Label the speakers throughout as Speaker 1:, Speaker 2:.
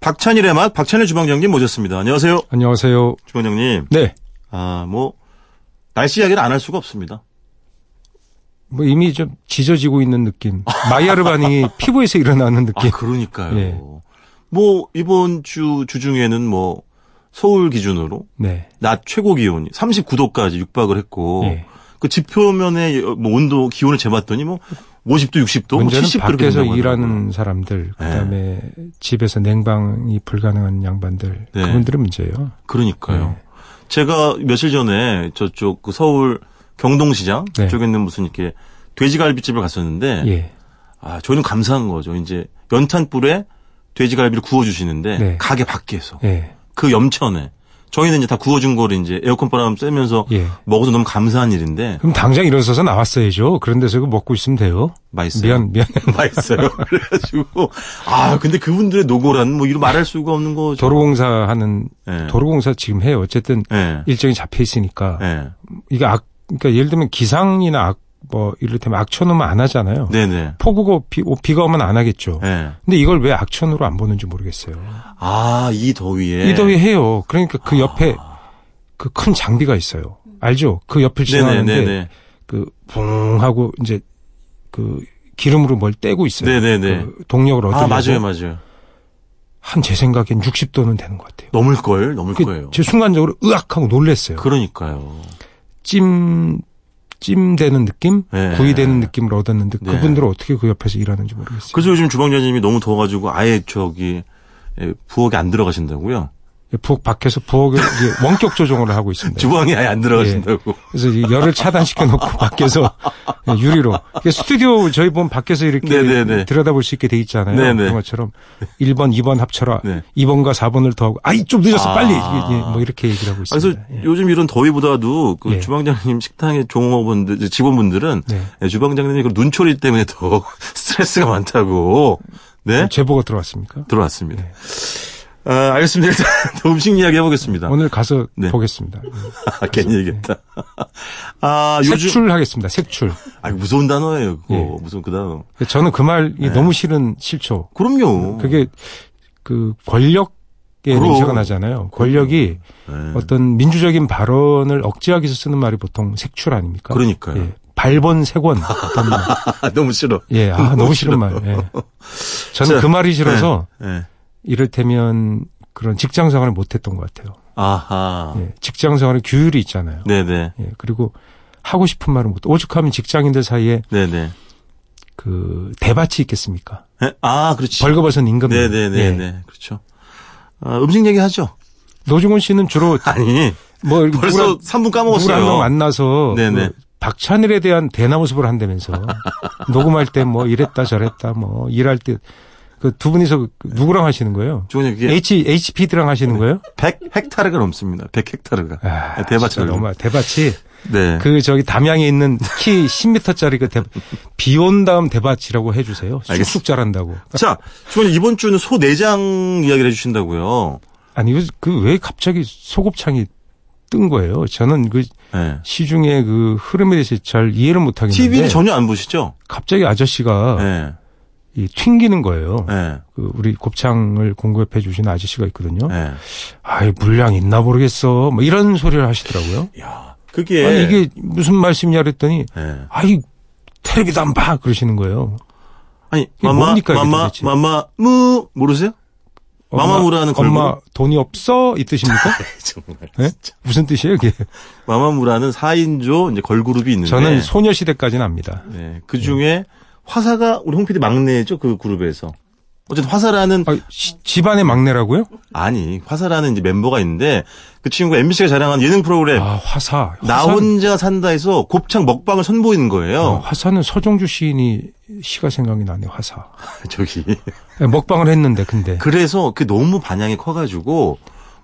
Speaker 1: 박찬일의 맛, 박찬일 주방장님 모셨습니다. 안녕하세요.
Speaker 2: 안녕하세요.
Speaker 1: 주방장님.
Speaker 2: 네.
Speaker 1: 아, 뭐, 날씨 이야기를 안 할 수가 없습니다.
Speaker 2: 뭐 이미 좀 지져지고 있는 느낌. 마이야르 반응이 피부에서 일어나는
Speaker 1: 아,
Speaker 2: 느낌.
Speaker 1: 그러니까요.
Speaker 2: 예.
Speaker 1: 뭐, 이번 주, 주중에는 뭐, 서울 기준으로
Speaker 2: 네.
Speaker 1: 낮 최고 기온이 39도까지 육박을 했고,
Speaker 2: 예.
Speaker 1: 그 지표면에 뭐 온도, 기온을 재봤더니 뭐, 50도, 60도, 뭐
Speaker 2: 문제는
Speaker 1: 70도 이렇게
Speaker 2: 밖에서
Speaker 1: 된다고
Speaker 2: 일하는
Speaker 1: 하더라고요.
Speaker 2: 사람들, 그다음에 집에서 냉방이 불가능한 양반들,
Speaker 1: 네.
Speaker 2: 그분들은 문제예요.
Speaker 1: 그러니까요. 제가 며칠 전에 저쪽 그 서울 경동시장
Speaker 2: 네.
Speaker 1: 쪽에 있는 무슨 이렇게 돼지갈비집을 갔었는데
Speaker 2: 예.
Speaker 1: 아 저희는 감사한 거죠. 이제 연탄불에 돼지갈비를 구워주시는데
Speaker 2: 네.
Speaker 1: 가게 밖에서
Speaker 2: 예.
Speaker 1: 그 염천에 저희는 이제 다 구워준 거를 이제 에어컨 바람 쐬면서
Speaker 2: 예.
Speaker 1: 먹어서 너무 감사한 일인데
Speaker 2: 그럼 당장 일어서서 나왔어야죠. 그런 데서 이거 먹고 있으면 돼요.
Speaker 1: 맛있어요. 그렇죠.
Speaker 2: 미안, 미안.
Speaker 1: 맛있어요. 그래가지고 아 근데 그분들의 노고란 뭐 이루 말할 수가 없는 거죠.
Speaker 2: 도로공사 하는,
Speaker 1: 예.
Speaker 2: 도로공사 지금 해요. 어쨌든
Speaker 1: 예.
Speaker 2: 일정이 잡혀 있으니까.
Speaker 1: 예.
Speaker 2: 이게 악, 그러니까 예를 들면 기상이나 악, 뭐, 이를테면 악천후면 안 하잖아요.
Speaker 1: 네네.
Speaker 2: 폭우고 비, 오, 비가 오면 안 하겠죠.
Speaker 1: 예.
Speaker 2: 근데 이걸 왜 악천후로 안 보는지 모르겠어요.
Speaker 1: 아이 더위에
Speaker 2: 이 더위 해요. 그러니까 그 옆에 그 큰 장비가 있어요. 알죠? 그 옆을 지나는데
Speaker 1: 아. 네네네네.
Speaker 2: 그붕 하고 이제 그 기름으로 뭘 떼고 있어요.
Speaker 1: 네네네.
Speaker 2: 그 동력을 얻으려고
Speaker 1: 아 맞아요, 맞아요.
Speaker 2: 한 제 생각엔 60도는 되는 것 같아요.
Speaker 1: 넘을 걸, 넘을
Speaker 2: 그
Speaker 1: 거예요.
Speaker 2: 제 순간적으로 으악하고 놀랬어요.
Speaker 1: 그러니까요.
Speaker 2: 찜 찜되는 느낌,
Speaker 1: 네.
Speaker 2: 구이되는 느낌을 얻었는데
Speaker 1: 네.
Speaker 2: 그분들은 어떻게 그 옆에서 일하는지 모르겠어요.
Speaker 1: 그래서 요즘 주방장님이 너무 더워가지고 아예 저기 예, 부엌에 안 들어가신다고요?
Speaker 2: 부엌 밖에서 부엌에 이제 원격 조정을 하고 있습니다.
Speaker 1: 주방에 아예 안 들어가신다고.
Speaker 2: 그래서 이 열을 차단시켜 놓고 밖에서 유리로 이게 스튜디오 저희 보면 밖에서 이렇게
Speaker 1: 네네네.
Speaker 2: 들여다볼 수 있게 돼 있잖아요.
Speaker 1: 네네.
Speaker 2: 그런 것처럼 1번, 2번 합쳐라.
Speaker 1: 네.
Speaker 2: 2번과 4번을 더하고 아이 좀 늦었어
Speaker 1: 아.
Speaker 2: 빨리 이게, 예, 뭐 이렇게 얘기를 하고
Speaker 1: 아, 그래서
Speaker 2: 있습니다. 예.
Speaker 1: 요즘 이런 더위보다도 그
Speaker 2: 예.
Speaker 1: 주방장님 식당의 종업원들, 이제 직원분들은
Speaker 2: 네.
Speaker 1: 예, 주방장님이 그 눈초리 때문에 더 스트레스가 많다고. 네?
Speaker 2: 제보가 들어왔습니까?
Speaker 1: 들어왔습니다.
Speaker 2: 네.
Speaker 1: 아, 알겠습니다. 일단 음식 이야기 해보겠습니다.
Speaker 2: 오늘 가서
Speaker 1: 네.
Speaker 2: 보겠습니다.
Speaker 1: 아, 괜히 얘기했다. 아, 요즘.
Speaker 2: 색출하겠습니다. 색출.
Speaker 1: 아, 무서운 단어예요, 그거.
Speaker 2: 예.
Speaker 1: 무슨 그 단어.
Speaker 2: 저는 그 말이
Speaker 1: 네.
Speaker 2: 너무 싫은 실초.
Speaker 1: 그럼요.
Speaker 2: 그게 그 권력의
Speaker 1: 그럼.
Speaker 2: 냄새가 나잖아요. 권력이
Speaker 1: 네.
Speaker 2: 어떤 민주적인 발언을 억제하기 위해서 쓰는 말이 보통 색출 아닙니까?
Speaker 1: 그러니까요.
Speaker 2: 예. 발본 색원. 어떤 말.
Speaker 1: 아, 너무 싫어.
Speaker 2: 예, 아, 너무 싫은 말. 예. 저는
Speaker 1: 자,
Speaker 2: 그 말이 싫어서
Speaker 1: 예.
Speaker 2: 이를테면 그런 직장 생활을 못했던 것 같아요.
Speaker 1: 아하.
Speaker 2: 예, 직장 생활에 규율이 있잖아요.
Speaker 1: 네네.
Speaker 2: 예, 그리고 하고 싶은 말은 못. 오죽하면 직장인들 사이에
Speaker 1: 네네.
Speaker 2: 그 대밭이 있겠습니까?
Speaker 1: 예? 아, 그렇지.
Speaker 2: 벌거벗은 예. 임금.
Speaker 1: 네네네네. 그렇죠. 아, 음식 얘기 하죠.
Speaker 2: 노중훈 씨는 주로
Speaker 1: 아니,
Speaker 2: 뭐
Speaker 1: 벌써
Speaker 2: 누구랑-
Speaker 1: 3분
Speaker 2: 누구랑
Speaker 1: 까먹었어요.
Speaker 2: 한명 만나서
Speaker 1: 네네.
Speaker 2: 그 박찬일에 대한 대나무숲을 한다면서 녹음할 때 뭐 이랬다 저랬다 뭐 일할 때 그 두 분이서 그 누구랑 하시는 거예요?
Speaker 1: 주원님, 그게
Speaker 2: H HPD랑 하시는
Speaker 1: 네.
Speaker 2: 거예요?
Speaker 1: 100 헥타르가 넘습니다. 100 헥타르가.
Speaker 2: 아,
Speaker 1: 네, 대밭을.
Speaker 2: 진짜 너무 대밭이
Speaker 1: 네.
Speaker 2: 그 저기 담양에 있는 키 10m짜리 그 대, 비온 다음 대밭이라고 해주세요. 쑥쑥
Speaker 1: 알겠습니다.
Speaker 2: 자란다고.
Speaker 1: 자, 주원님, 이번 주는 소 내장 이야기를 해주신다고요.
Speaker 2: 아니 그 왜 갑자기 소곱창이 뜬 거예요? 저는 그
Speaker 1: 예.
Speaker 2: 시중에 그 흐름에 대해서 잘 이해를 못 하겠는데
Speaker 1: TV를 전혀 안 보시죠?
Speaker 2: 갑자기 아저씨가
Speaker 1: 예.
Speaker 2: 이 튕기는 거예요.
Speaker 1: 예.
Speaker 2: 그 우리 곱창을 공급해 주시는 아저씨가 있거든요.
Speaker 1: 예.
Speaker 2: 아이 물량 있나 모르겠어. 뭐 이런 소리를 하시더라고요.
Speaker 1: 야, 그게.
Speaker 2: 아니 이게 무슨 말씀이냐 그랬더니
Speaker 1: 예.
Speaker 2: 아이 텔레비도 안 봐. 그러시는 거예요.
Speaker 1: 아니,
Speaker 2: 이게
Speaker 1: 마마,
Speaker 2: 뭡니까, 이게
Speaker 1: 마마,
Speaker 2: 도대체?
Speaker 1: 마마, 무, 모르세요? 마마무라는 걸그룹?
Speaker 2: 엄마 돈이 없어 이 뜻입니까?
Speaker 1: 정말.
Speaker 2: 예? 무슨 뜻이에요 이게?
Speaker 1: 마마무라는 4인조 이제 걸그룹이 있는데.
Speaker 2: 저는 소녀시대까지는 압니다.
Speaker 1: 네, 그 중에 화사가 우리 홍피디 막내죠 그 그룹에서. 어쨌든 화사라는
Speaker 2: 아, 시- 집안의 막내라고요?
Speaker 1: 아니 화사라는 이제 멤버가 있는데 그 친구가 MBC가 자랑한 예능 프로그램
Speaker 2: 아 화사. 화사는-
Speaker 1: 네. 나 혼자 산다에서 곱창 먹방을 선보이는 거예요.
Speaker 2: 어, 화사는 서종주 시인이 시가 생각이 나네 요 화사. 예,
Speaker 1: 저기
Speaker 2: 먹방을 했는데 근데
Speaker 1: 그래서 그 너무 반향이 커가지고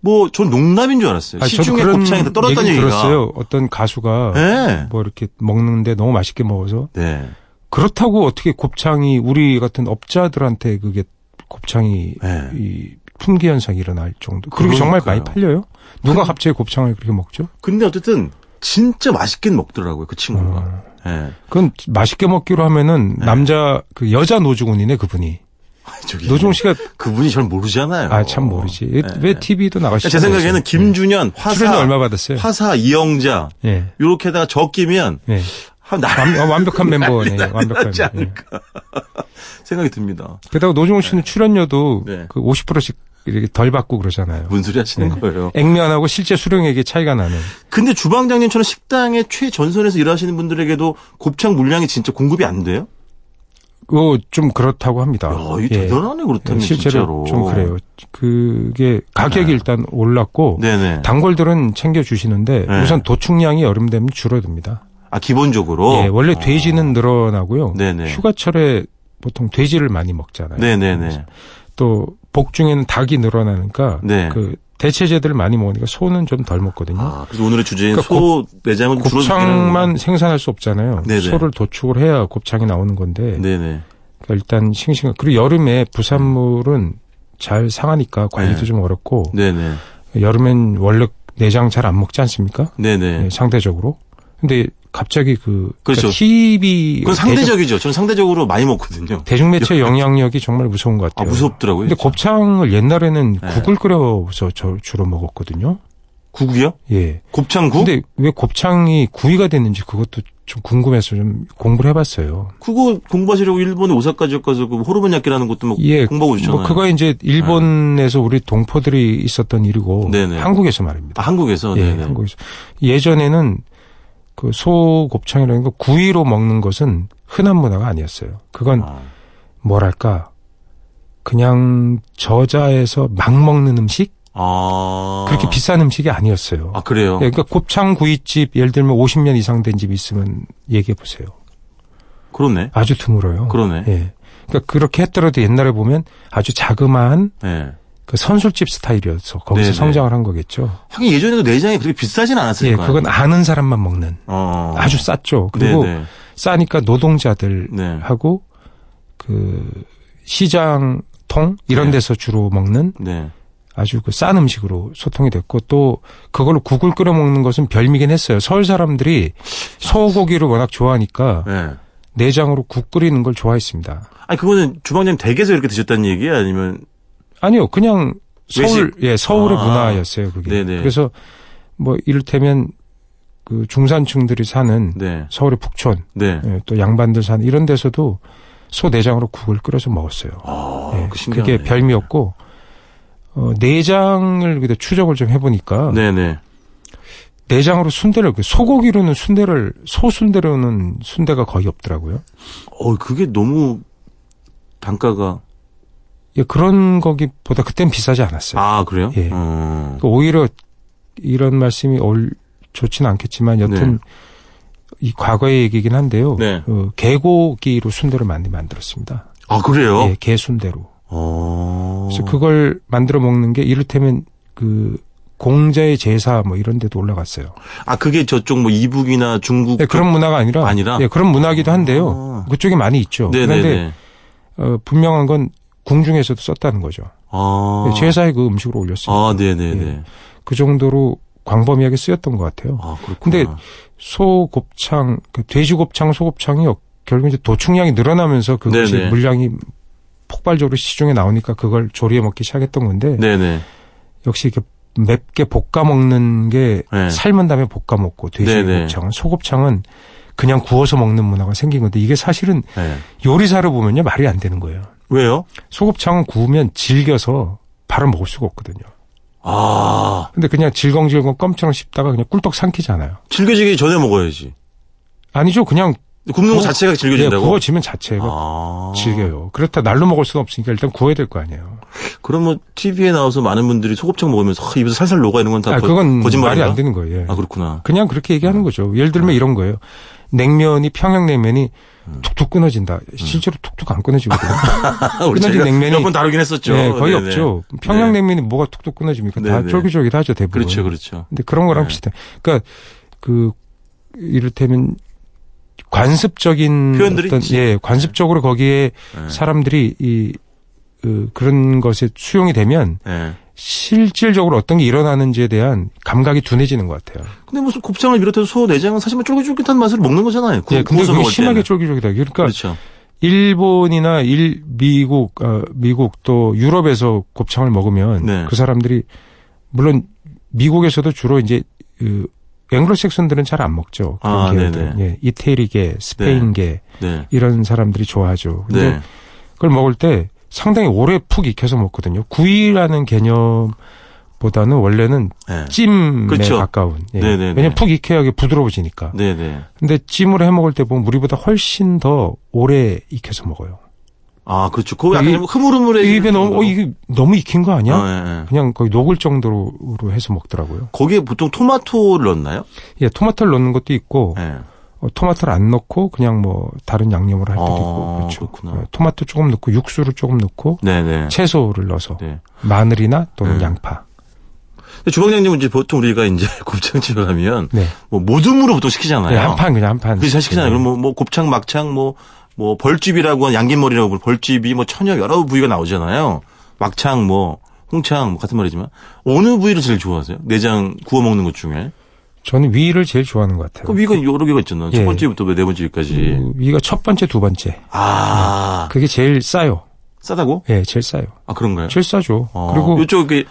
Speaker 1: 뭐 전 농담인 줄 알았어요.
Speaker 2: 아, 저도
Speaker 1: 시중에
Speaker 2: 그런
Speaker 1: 곱창이 다 떨어졌다는
Speaker 2: 얘기를
Speaker 1: 얘기가.
Speaker 2: 들었어요. 어떤 가수가
Speaker 1: 네.
Speaker 2: 뭐 이렇게 먹는데 너무 맛있게 먹어서
Speaker 1: 네.
Speaker 2: 그렇다고 어떻게 곱창이 우리 같은 업자들한테 그게 곱창이
Speaker 1: 네.
Speaker 2: 이 품귀 현상이 일어날 정도. 그리고 정말 많이
Speaker 1: 그러니까요.
Speaker 2: 팔려요? 누가 갑자기 곱창을 그렇게 먹죠?
Speaker 1: 근데 어쨌든 진짜 맛있게 먹더라고요 그
Speaker 2: 음.
Speaker 1: 친구가. 예. 네.
Speaker 2: 그건 맛있게 먹기로 하면은 남자 그 여자 노주군이네 그분이.
Speaker 1: 저기
Speaker 2: 노종 씨가
Speaker 1: 그분이 절 모르잖아요.
Speaker 2: 아 참 모르지. 왜 TV도 아, 나가시죠?
Speaker 1: 네. 제 생각에는 김준현,
Speaker 2: 네. 출연료
Speaker 1: 화사,
Speaker 2: 얼마 받았어요?
Speaker 1: 화사, 이영자
Speaker 2: 예.
Speaker 1: 요렇게다가 적 끼면
Speaker 2: 예.
Speaker 1: 한 나-
Speaker 2: 완, 완벽한 멤버네.
Speaker 1: 난리
Speaker 2: 완벽한.
Speaker 1: 나지
Speaker 2: 예.
Speaker 1: 않을까 생각이 듭니다.
Speaker 2: 게다가 노종 씨는 출연료도
Speaker 1: 네.
Speaker 2: 그 50%씩 이렇게 덜 받고 그러잖아요.
Speaker 1: 무슨 소리 하시는
Speaker 2: 네.
Speaker 1: 거예요?
Speaker 2: 액면하고 실제 수령액이 차이가 나는.
Speaker 1: 근데 주방장님처럼 식당의 최전선에서 일하시는 분들에게도 곱창 물량이 진짜 공급이 안 돼요?
Speaker 2: 어, 그좀 그렇다고 합니다.
Speaker 1: 야, 이
Speaker 2: 예.
Speaker 1: 대단하네 그렇다면
Speaker 2: 실제로
Speaker 1: 진짜로.
Speaker 2: 좀 그래요. 그게 가격이
Speaker 1: 네.
Speaker 2: 일단 올랐고
Speaker 1: 네네.
Speaker 2: 단골들은 챙겨 주시는데
Speaker 1: 네.
Speaker 2: 우선 도축량이 여름 되면 줄어듭니다.
Speaker 1: 아 기본적으로.
Speaker 2: 예, 원래 돼지는 늘어나고요.
Speaker 1: 아. 네네.
Speaker 2: 휴가철에 보통 돼지를 많이 먹잖아요.
Speaker 1: 네네네.
Speaker 2: 또 복중에는 닭이 늘어나니까
Speaker 1: 네.
Speaker 2: 그 대체제들을 많이 먹으니까 소는 좀 덜 먹거든요.
Speaker 1: 아 그래서 오늘의 주제인
Speaker 2: 음? 그러니까
Speaker 1: 소 매장은
Speaker 2: 곱창만 생산할 수 없잖아요.
Speaker 1: 네네.
Speaker 2: 소를 도축을 해야 곱창이 나오는 건데
Speaker 1: 줄어드는- 네네.
Speaker 2: 그러니까 일단 싱싱한 그리고 여름에 부산물은 잘 상하니까 관리도
Speaker 1: 네.
Speaker 2: 좀 어렵고
Speaker 1: 네네.
Speaker 2: 여름엔 원래 내장 잘 안 먹지 않습니까?
Speaker 1: 네네.
Speaker 2: 예, 상대적으로. 근데 갑자기 그
Speaker 1: 그렇죠.
Speaker 2: 그러니까 TV
Speaker 1: 그건 상대적이죠. 저는 상대적으로 많이 먹거든요.
Speaker 2: 대중, 매체 영향력이 정말 무서운 것
Speaker 1: 아
Speaker 2: 같아요.
Speaker 1: 무섭더라고요.
Speaker 2: 예. 근데 곱창을 옛날에는
Speaker 1: 네.
Speaker 2: 국을 끓여서 저- 주로 먹었거든요.
Speaker 1: 국이요?
Speaker 2: 예.
Speaker 1: 곱창국?
Speaker 2: 근데 왜 곱창이 구이가 됐는지 그것도 좀 궁금해서 좀 공부를 해봤어요.
Speaker 1: 그거 공부하시려고 일본의 오사카 지역 가서 그 호르몬야끼라는 것도 뭐
Speaker 2: 예.
Speaker 1: 공부하고 있잖아요.
Speaker 2: 뭐 그거 이제 일본에서 우리 동포들이 있었던 일이고
Speaker 1: 네네.
Speaker 2: 한국에서 말입니다.
Speaker 1: 아, 한국에서
Speaker 2: 예,
Speaker 1: 네네.
Speaker 2: 한국에서 예전에는 그 소곱창이라는 거 구이로 먹는 것은 흔한 문화가 아니었어요. 그건
Speaker 1: 아,
Speaker 2: 뭐랄까 그냥 저자에서 막 먹는 음식
Speaker 1: 아.
Speaker 2: 그렇게 비싼 음식이 아니었어요.
Speaker 1: 아 그래요.
Speaker 2: 예, 그러니까 곱창 구이집 예를 들면 50년 이상 된 집 있으면 얘기해 보세요.
Speaker 1: 그렇네.
Speaker 2: 아주 드물어요.
Speaker 1: 그러네.
Speaker 2: 예. 그러니까 그렇게 했더라도 옛날에 보면 아주 자그마한
Speaker 1: 예.
Speaker 2: 그 선술집 스타일이어서 거기서
Speaker 1: 네네.
Speaker 2: 성장을 한 거겠죠.
Speaker 1: 하긴 예전에도 내장이 그렇게 비싸진 않았을
Speaker 2: 예,
Speaker 1: 거예요.
Speaker 2: 그건 아는 사람만 먹는
Speaker 1: 어.
Speaker 2: 아주 쌌죠. 그리고 아.
Speaker 1: 네네.
Speaker 2: 싸니까 노동자들
Speaker 1: 네.
Speaker 2: 하고 그 시장 통 이런
Speaker 1: 네.
Speaker 2: 데서 주로 먹는
Speaker 1: 네.
Speaker 2: 아주 그 싼 음식으로 소통이 됐고 또 그걸로 국을 끓여 먹는 것은 별미긴 했어요. 서울 사람들이 소고기를 워낙 좋아하니까
Speaker 1: 예.
Speaker 2: 내장으로 국 끓이는 걸 좋아했습니다.
Speaker 1: 아니 그거는 주방장님 댁에서 이렇게 드셨다는 얘기야 아니면
Speaker 2: 아니요, 그냥 서울 예 서울의
Speaker 1: 아.
Speaker 2: 문화였어요 그게.
Speaker 1: 네네.
Speaker 2: 그래서 뭐 이를테면 그 중산층들이 사는
Speaker 1: 네.
Speaker 2: 서울의 북촌
Speaker 1: 네.
Speaker 2: 예, 또 양반들 사는 이런 데서도 소 내장으로 국을 끓여서 먹었어요.
Speaker 1: 아,
Speaker 2: 예,
Speaker 1: 그 신기하네.
Speaker 2: 그게 별미였고 어, 내장을 그다 추적을 좀 해보니까
Speaker 1: 네네.
Speaker 2: 내장으로 순대를 그 소고기로는 순대를 소순대로는 순대가 거의 없더라고요.
Speaker 1: 어, 그게 너무 단가가
Speaker 2: 예, 그런 거기보다 그땐 비싸지 않았어요.
Speaker 1: 아 그래요?
Speaker 2: 예.
Speaker 1: 어.
Speaker 2: 그 오히려 이런 말씀이 올 좋지는 않겠지만 여튼 이 과거의 얘기긴 한데요.
Speaker 1: 네.
Speaker 2: 어, 개고기로 순대를 많이 만들었습니다.
Speaker 1: 아 그래요?
Speaker 2: 예, 개 순대로.
Speaker 1: 어.
Speaker 2: 그래서 그걸 만들어 먹는 게 이를테면 그 공자의 제사 뭐 이런 데도 올라갔어요.
Speaker 1: 아 그게 저쪽 뭐 이북이나 중국
Speaker 2: 네, 그런 문화가 아니라
Speaker 1: 아니라?
Speaker 2: 예, 그런 문화기도 한데요.
Speaker 1: 아.
Speaker 2: 그쪽이 많이 있죠. 그렇죠. 그런데
Speaker 1: 네네네.
Speaker 2: 어, 분명한 건 궁중에서도 썼다는 거죠.
Speaker 1: 아.
Speaker 2: 예, 제사에 그 음식으로 올렸어요.
Speaker 1: 아 네네네.
Speaker 2: 그 정도로 광범위하게 쓰였던 것 같아요.
Speaker 1: 아 그렇구나.
Speaker 2: 근데 소곱창, 그 돼지곱창, 소곱창이 어- 결국 이제 도축량이 늘어나면서 그것이
Speaker 1: 네네.
Speaker 2: 물량이 폭발적으로 시중에 나오니까 그걸 조리해 먹기 시작했던 건데
Speaker 1: 네네.
Speaker 2: 역시 이렇게 맵게 볶아 먹는 게
Speaker 1: 네.
Speaker 2: 삶은 다음에 볶아 먹고
Speaker 1: 네네.
Speaker 2: 돼지곱창은 소곱창은 그냥 구워서 먹는 문화가 생긴 건데 이게 사실은
Speaker 1: 네.
Speaker 2: 요리사로 보면요 말이 안 되는 거예요.
Speaker 1: 왜요?
Speaker 2: 소곱창은 구우면 질겨서 바로 먹을 수가 없거든요.
Speaker 1: 아
Speaker 2: 근데 그냥 질겅질겅 껌처럼 씹다가 그냥 꿀떡 삼키잖아요.
Speaker 1: 즐겨지기 전에 먹어야지.
Speaker 2: 아니죠. 그냥
Speaker 1: 굽는 거
Speaker 2: 구워-
Speaker 1: 자체가 즐겨진다고.
Speaker 2: 예, 구워지면 자체가
Speaker 1: 아.
Speaker 2: 질겨요. 그렇다 날로 먹을 수는 없으니까 일단 구워야 될 거 아니에요.
Speaker 1: 그럼 뭐 TV에 나와서 많은 분들이 소곱창 먹으면서 허, 입에서 살살 녹아 이런 건 다
Speaker 2: 아, 그건 말이
Speaker 1: 거짓말인가?
Speaker 2: 안 되는 거예요. 예.
Speaker 1: 아 네. 그렇구나.
Speaker 2: 그냥 그렇게 얘기하는 거죠. 예를 들면 이런 거예요. 냉면이 평양냉면이
Speaker 1: 음.
Speaker 2: 툭툭 끊어진다. 실제로 툭툭 안 끊어지거든요.
Speaker 1: 우리
Speaker 2: 끊어진
Speaker 1: 저희가
Speaker 2: 냉면이-
Speaker 1: 몇번 다루긴 했었죠.
Speaker 2: 예, 거의
Speaker 1: 네네.
Speaker 2: 없죠. 평양냉면이 뭐가 툭툭 끊어집니까? 다
Speaker 1: 네네.
Speaker 2: 쫄깃쫄깃하죠 대부분.
Speaker 1: 그렇죠, 그렇죠.
Speaker 2: 근데 그런 거랑
Speaker 1: 네.
Speaker 2: 비슷해. 그러니까 그 이를테면 관습적인
Speaker 1: 표현들이
Speaker 2: 어떤
Speaker 1: 있지.
Speaker 2: 예 관습적으로 거기에
Speaker 1: 네.
Speaker 2: 사람들이 이 그, 그런 것에 수용이 되면
Speaker 1: 예.
Speaker 2: 실질적으로 어떤 게 일어나는지에 대한 감각이 둔해지는 것 같아요.
Speaker 1: 근데 무슨 곱창을 비롯해서 소 내장은 사실 뭐 쫄깃쫄깃한 맛을 먹는 거잖아요. 구-
Speaker 2: 예, 근데
Speaker 1: 구워서
Speaker 2: 그게
Speaker 1: 먹을
Speaker 2: 심하게
Speaker 1: 때는.
Speaker 2: 쫄깃쫄깃하게. 그러니까
Speaker 1: 그렇죠.
Speaker 2: 일본이나 일 미국 어, 미국 또 유럽에서 곱창을 먹으면
Speaker 1: 네.
Speaker 2: 그 사람들이 물론 미국에서도 주로 이제 그 앵글로색슨들은 잘 안 먹죠. 그런
Speaker 1: 아,
Speaker 2: 계열들.
Speaker 1: 네네.
Speaker 2: 예, 이태리계, 스페인계
Speaker 1: 네.
Speaker 2: 이런 사람들이 좋아하죠. 근데
Speaker 1: 네.
Speaker 2: 그걸 먹을 때 상당히 오래 푹 익혀서 먹거든요. 구이라는 개념보다는 원래는
Speaker 1: 네.
Speaker 2: 찜에
Speaker 1: 그렇죠.
Speaker 2: 가까운. 예.
Speaker 1: 네네네.
Speaker 2: 왜냐면 푹 익혀야 이게 부드러워지니까.
Speaker 1: 네, 네.
Speaker 2: 근데 찜으로 해 먹을 때 보면 우리보다 훨씬 더 오래 익혀서 먹어요.
Speaker 1: 아, 그렇죠. 그거 약간
Speaker 2: 이-
Speaker 1: 좀 흐물흐물해.
Speaker 2: 입에 너무 어, 이게 너무 익힌 거 아니야?
Speaker 1: 아, 예, 예.
Speaker 2: 그냥 거의 녹을 정도로 해서 먹더라고요.
Speaker 1: 거기에 보통 토마토를 넣나요?
Speaker 2: 예, 토마토를 넣는 것도 있고
Speaker 1: 예. 네.
Speaker 2: 어, 토마토를 안 넣고 그냥 뭐 다른 양념으로 할 때도
Speaker 1: 아,
Speaker 2: 있고 그렇죠.
Speaker 1: 그렇구나.
Speaker 2: 예, 토마토 조금 넣고 육수를 조금 넣고
Speaker 1: 네, 네.
Speaker 2: 채소를 넣어서
Speaker 1: 네.
Speaker 2: 마늘이나 또는
Speaker 1: 네.
Speaker 2: 양파.
Speaker 1: 근데 주방장님은 이제 보통 우리가 이제 곱창집에 가면
Speaker 2: 네.
Speaker 1: 뭐 모둠으로 보통 시키잖아요.
Speaker 2: 네, 한판 그냥 한판.
Speaker 1: 그래서 잘 시키잖아요. 그럼 뭐, 뭐 곱창, 막창, 뭐, 뭐 벌집이라고 한 양긴머리라고 부르는 벌집이 뭐 천여 여러 부위가 나오잖아요. 막창, 뭐 홍창 뭐 같은 말이지만 어느 부위를 제일 좋아하세요? 내장 구워 먹는 것 중에?
Speaker 2: 저는 위를 제일 좋아하는 것 같아요.
Speaker 1: 그 위가 여러 개가 있잖아요. 첫
Speaker 2: 예.
Speaker 1: 번째부터 네 번째까지.
Speaker 2: 그 위가 첫 번째, 두 번째.
Speaker 1: 아
Speaker 2: 그게 제일 싸요.
Speaker 1: 싸다고?
Speaker 2: 예, 제일 싸요.
Speaker 1: 아 그런가요?
Speaker 2: 제일 싸죠.
Speaker 1: 어,
Speaker 2: 그리고
Speaker 1: 요쪽 그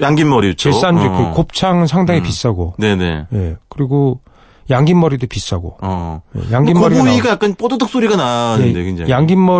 Speaker 1: 양긴머리 요쪽.
Speaker 2: 제일 싼 게
Speaker 1: 어.
Speaker 2: 그 곱창은 상당히
Speaker 1: 음.
Speaker 2: 비싸고.
Speaker 1: 네네.
Speaker 2: 예. 그리고 양긴머리도 비싸고.
Speaker 1: 어.
Speaker 2: 예,
Speaker 1: 그
Speaker 2: 양긴머리가 예,
Speaker 1: 부위가 약간 뽀드득 소리가 나는데 굉장히.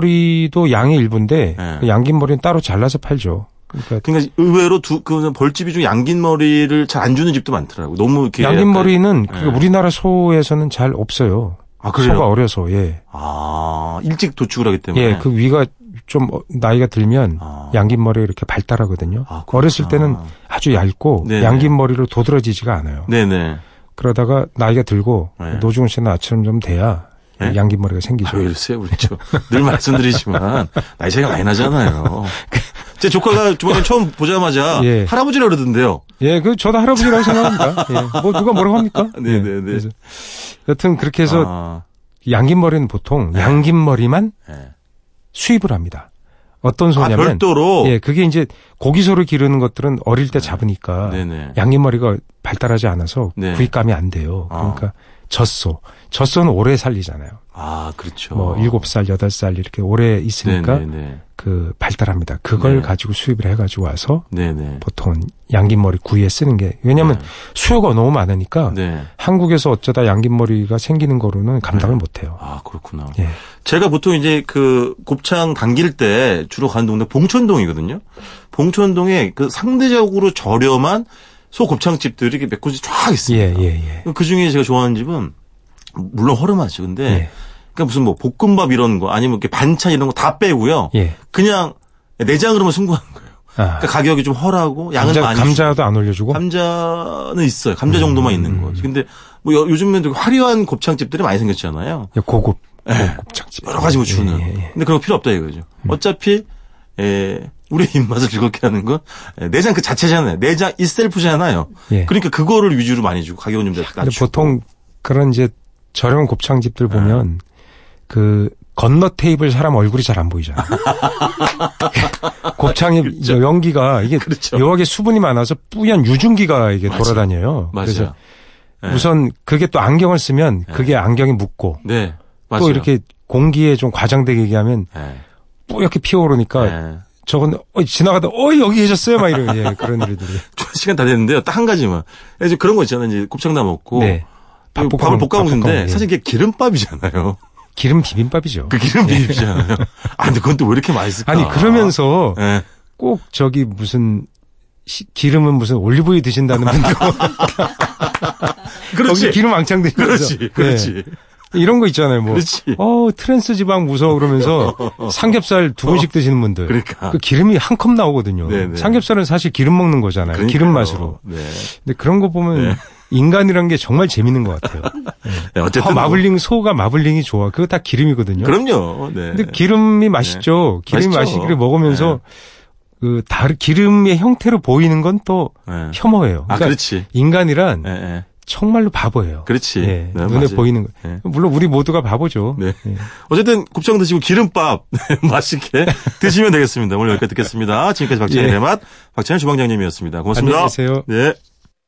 Speaker 2: 양긴머리도 양의 일부인데
Speaker 1: 예.
Speaker 2: 그 양긴머리는 따로 잘라서 팔죠. 그러니까
Speaker 1: 그러니까 의외로 두, 그 벌집이 좀 양긴머리를 잘 안 주는 집도 많더라고. 너무 이렇게. 약간-
Speaker 2: 양긴머리는
Speaker 1: 예.
Speaker 2: 그 우리나라 소에서는 잘 없어요.
Speaker 1: 아, 그래요?
Speaker 2: 소가 어려서 예.
Speaker 1: 아, 일찍 도축을 하기 때문에.
Speaker 2: 예, 그 위가 좀 어- 나이가 들면
Speaker 1: 아.
Speaker 2: 양긴머리가 이렇게 발달하거든요.
Speaker 1: 아, 그렇구나.
Speaker 2: 어렸을 때는 아주 얇고
Speaker 1: 네네.
Speaker 2: 양긴머리로 도드라지지가 않아요.
Speaker 1: 네네.
Speaker 2: 그러다가 나이가 들고
Speaker 1: 네.
Speaker 2: 노중훈 씨나 아처럼 좀 돼야
Speaker 1: 네? 아,
Speaker 2: 양긴머리가
Speaker 1: 왜
Speaker 2: 생기죠.
Speaker 1: 이러세요? 우리 저늘 말씀드리지만 나이 차이가 많이 나잖아요. 제 조카가 주방장 처음 보자마자
Speaker 2: 그 예.
Speaker 1: 할아버지라 그러던데요.
Speaker 2: 예, 그 저도 할아버지라고 생각합니다. 예, 뭐 누가 뭐라고 합니까?
Speaker 1: 네,
Speaker 2: 예,
Speaker 1: 네, 아. 네.
Speaker 2: 그래서 여튼 그렇게 해서
Speaker 1: 그래서
Speaker 2: 양긴머리는 보통
Speaker 1: 네.
Speaker 2: 양긴머리만
Speaker 1: 아, 예.
Speaker 2: 수입을 합니다. 어떤
Speaker 1: 아,
Speaker 2: 소냐면
Speaker 1: 별도로.
Speaker 2: 예, 그게 이제 고기소를 기르는 것들은 어릴 때 잡으니까
Speaker 1: 네. 네네.
Speaker 2: 양긴머리가 발달하지 않아서
Speaker 1: 네.
Speaker 2: 구입감이 안 돼요.
Speaker 1: 아.
Speaker 2: 그러니까 젖소. 젖소는 오래 살리잖아요.
Speaker 1: 아, 그렇죠.
Speaker 2: 뭐 일곱 살 여덟 살 이렇게 오래 있으니까
Speaker 1: 네네네.
Speaker 2: 그 발달합니다. 그걸
Speaker 1: 네.
Speaker 2: 가지고 수입을 해 가지고 와서
Speaker 1: 네네.
Speaker 2: 보통은 양긴머리 구이에 쓰는 게 왜냐하면 수요가 너무 많으니까
Speaker 1: 네.
Speaker 2: 한국에서 어쩌다 양긴머리가 생기는 거로는 감당을
Speaker 1: 네.
Speaker 2: 못해요.
Speaker 1: 아, 그렇구나.
Speaker 2: 예.
Speaker 1: 제가 보통 이제 그 곱창 당길 때 주로 가는 동네 봉천동이거든요. 봉천동에 그 상대적으로 저렴한 소 곱창집들이 이렇게 몇 곳이 쫙
Speaker 2: 예,
Speaker 1: 있습니다.
Speaker 2: 예, 예.
Speaker 1: 그 중에 제가 좋아하는 집은 물론 허름하죠. 근데
Speaker 2: 예.
Speaker 1: 그러니까 무슨 뭐 볶음밥 이런 거 아니면 이렇게 반찬 이런 거 다 빼고요.
Speaker 2: 예.
Speaker 1: 그냥 내장으로만 승부하는 거예요.
Speaker 2: 아.
Speaker 1: 그러니까 가격이 좀 허라고 양은
Speaker 2: 감자,
Speaker 1: 많이
Speaker 2: 감자도 안 올려주고. 음.
Speaker 1: 감자는 있어요. 감자 정도만 있는 거지. 근데 뭐 요- 요즘엔 좀 화려한 곱창집들이 많이 생겼잖아요.
Speaker 2: 예, 고급. 고급 착지.
Speaker 1: 여러 가지 뭐 주는.
Speaker 2: 예, 음. 예, 예.
Speaker 1: 근데 그런 거 필요 없다 이거죠. 어차피 에, 우리 입맛을 즐겁게 하는 건 에, 내장 그 자체잖아요. 내장 이셀프잖아요.
Speaker 2: 예.
Speaker 1: 그러니까 그거를 위주로 많이 주고 가격은 좀 낮추고.
Speaker 2: 근데 보통 그런 이제 저렴
Speaker 1: 예.
Speaker 2: 곱창집들 보면 그 건너 테이블 사람 얼굴이 잘 안 보이잖아요. 곱창의 연기가 이게
Speaker 1: 그렇죠.
Speaker 2: 묘하게 수분이 많아서 뿌연 유증기가 이게
Speaker 1: 맞아요.
Speaker 2: 돌아다녀요. 그래서
Speaker 1: 맞아요. 예.
Speaker 2: 우선 그게 또 안경을 쓰면 그게 안경이 묻고
Speaker 1: 네. 맞아요.
Speaker 2: 또 이렇게 공기에 좀 과장되게 얘기하면
Speaker 1: 예.
Speaker 2: 뿌옇게 피어오르니까
Speaker 1: 예.
Speaker 2: 저건 어, 지나가다 어 여기 계셨어요 막 이런 예, 그런 일들이
Speaker 1: 좀 시간 다 됐는데요. 딱 한 가지만. 이제 그런 거 있잖아요. 이제 곱창 다 먹고
Speaker 2: 네.
Speaker 1: 밥
Speaker 2: 볶아
Speaker 1: 밥을
Speaker 2: 먹-
Speaker 1: 볶아 먹는데
Speaker 2: 예.
Speaker 1: 사실 이게 기름밥이잖아요.
Speaker 2: 기름 비빔밥이죠.
Speaker 1: 그 기름 비빔이잖아요. 아 근데 그건 또 왜 이렇게 맛있을까?
Speaker 2: 예. 아니 그러면서
Speaker 1: 예.
Speaker 2: 꼭 저기 무슨 시- 기름은 무슨 올리브유 드신다는 분도
Speaker 1: 그렇지.
Speaker 2: 거기 기름 왕창 드시면서
Speaker 1: 그렇지.
Speaker 2: 예.
Speaker 1: 그렇지.
Speaker 2: 이런 거 있잖아요 뭐
Speaker 1: 그렇지. 어,
Speaker 2: 어 트랜스 지방 무서워 그러면서 삼겹살 두 번씩 드시는 분들
Speaker 1: 그러니까.
Speaker 2: 그 기름이 한 컵 나오거든요
Speaker 1: 네네.
Speaker 2: 삼겹살은 사실 기름 먹는 거잖아요
Speaker 1: 그러니까요.
Speaker 2: 기름 맛으로
Speaker 1: 네.
Speaker 2: 근데 그런 거 보면 인간이란 게 정말 재밌는 것 같아요
Speaker 1: 네, 어쨌든
Speaker 2: 아, 마블링 소가 마블링이 좋아 그거 다 기름이거든요
Speaker 1: 그럼요. 네.
Speaker 2: 근데 기름이 맛있죠 기름이
Speaker 1: 맛있죠. 네.
Speaker 2: 맛있기를 먹으면서 그 다른 기름의 형태로 보이는 건 또
Speaker 1: 예.
Speaker 2: 혐오해요 그러니까
Speaker 1: 아, 그렇지.
Speaker 2: 인간이란
Speaker 1: 예, 예.
Speaker 2: 정말로 바보예요.
Speaker 1: 그렇지.
Speaker 2: 예,
Speaker 1: 네,
Speaker 2: 눈에
Speaker 1: 맞아요.
Speaker 2: 보이는 예. 거.
Speaker 1: 예.
Speaker 2: 물론 우리 모두가 바보죠.
Speaker 1: 네. 어쨌든 곱창 드시고 기름밥 네, 맛있게 드시면 되겠습니다. 오늘 여기까지 듣겠습니다. 지금까지 박찬일의
Speaker 2: 예.
Speaker 1: 맛, 박찬일 주방장님이었습니다. 고맙습니다.
Speaker 2: 안녕히 계세요.
Speaker 1: 네.